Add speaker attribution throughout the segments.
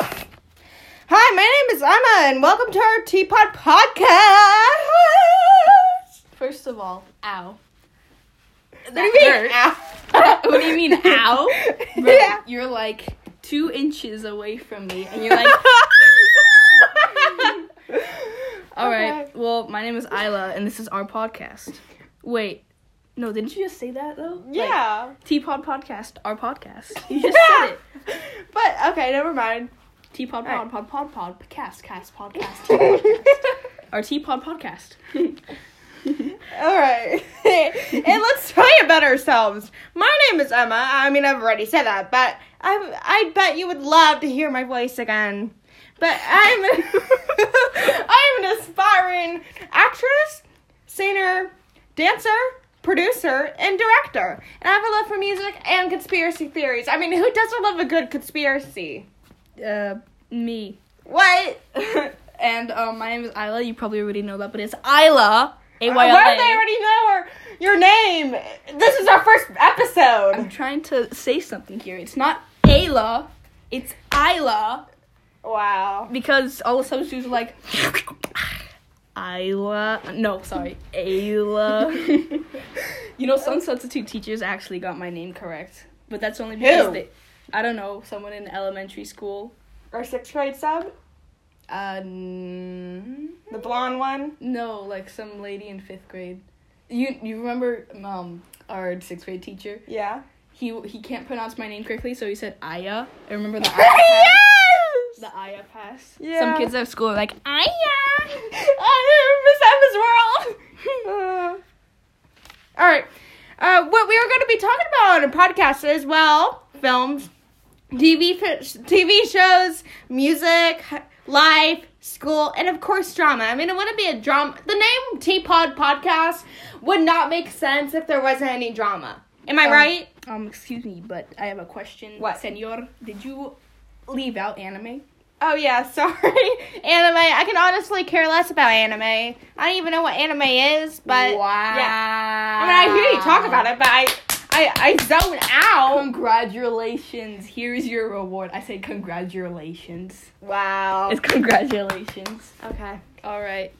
Speaker 1: Hi, my name is Emma, and welcome to our Teapot Podcast.
Speaker 2: First of all, ow. That
Speaker 1: What do you mean?
Speaker 2: hurt.
Speaker 1: Ow.
Speaker 2: What do you mean, ow? Bro,
Speaker 1: yeah.
Speaker 2: You're like two inches away from me, and you're like, all right,
Speaker 1: Okay.
Speaker 2: well, my name is Isla, and this is our podcast. Wait, no, didn't you just say that, though? Like,
Speaker 1: yeah.
Speaker 2: Teapot Podcast, our podcast. You
Speaker 1: yeah.
Speaker 2: just said it.
Speaker 1: But okay, never mind.
Speaker 2: Teapot
Speaker 1: All
Speaker 2: Pod,
Speaker 1: right.
Speaker 2: Pod, Pod, Pod, Podcast, Cast, Podcast.
Speaker 1: uh,
Speaker 2: our Teapot Podcast.
Speaker 1: All right. and let's tell you about ourselves. My name is Emma. I mean, I've already said that, but I I bet you would love to hear my voice again. But I'm I'm an aspiring actress, singer, dancer, producer, and director. And I have a love for music and conspiracy theories. I mean, who doesn't love a good conspiracy?
Speaker 2: uh, me.
Speaker 1: What?
Speaker 2: and um, my name is Isla. You probably already know that, but it's Isla. A Y
Speaker 1: Why do they
Speaker 2: L A.
Speaker 1: already know her, your name? This is our first episode.
Speaker 2: I'm trying to say something here. It's not Ayla. It's Isla
Speaker 1: Wow.
Speaker 2: because all the substitutes are like Isla. No, sorry, Ayla. you know, some substitute teachers actually got my name correct, but that's only because
Speaker 1: Who?
Speaker 2: they. I don't know. Someone in elementary school.
Speaker 1: Our sixth grade sub,
Speaker 2: Uh, n-
Speaker 1: the blonde one.
Speaker 2: No, like some lady in fifth grade. You you remember um our sixth grade teacher?
Speaker 1: Yeah.
Speaker 2: He he can't pronounce my name correctly, so he said Aya. I remember the Aya pass.
Speaker 1: yes!
Speaker 2: The Aya pass.
Speaker 1: Yeah.
Speaker 2: Some kids at school are like Aya.
Speaker 1: I am Miss Emma's world. all right. Uh, what we are going to be talking about on a podcast is well, films, TV, fi- TV shows, music, life, school, and of course drama. I mean, it wouldn't be a drama. The name Teapot Podcast would not make sense if there wasn't any drama. Am I
Speaker 2: Um,
Speaker 1: right?
Speaker 2: Um, excuse me, but I have a question.
Speaker 1: What?
Speaker 2: Senor? Did you leave out anime?
Speaker 1: Oh yeah, sorry. anime. I can honestly care less about anime. I don't even know what anime is, but
Speaker 2: wow.
Speaker 1: yeah. I mean, I hear you talk about it, but I, I, I zone out.
Speaker 2: Congratulations. Here is your reward. I said congratulations.
Speaker 1: Wow.
Speaker 2: It's congratulations.
Speaker 1: Okay.
Speaker 2: All right.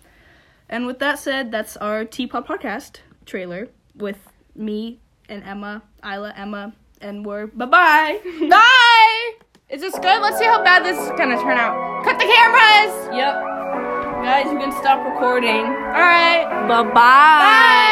Speaker 2: And with that said, that's our Teapot Podcast trailer with me and Emma, Isla, Emma, and we're bye bye.
Speaker 1: Bye. Is this good? Let's see how bad this is gonna turn out. Cut the cameras.
Speaker 2: yep. Guys, you can stop recording.
Speaker 1: All right.
Speaker 2: Bye-bye.
Speaker 1: Bye.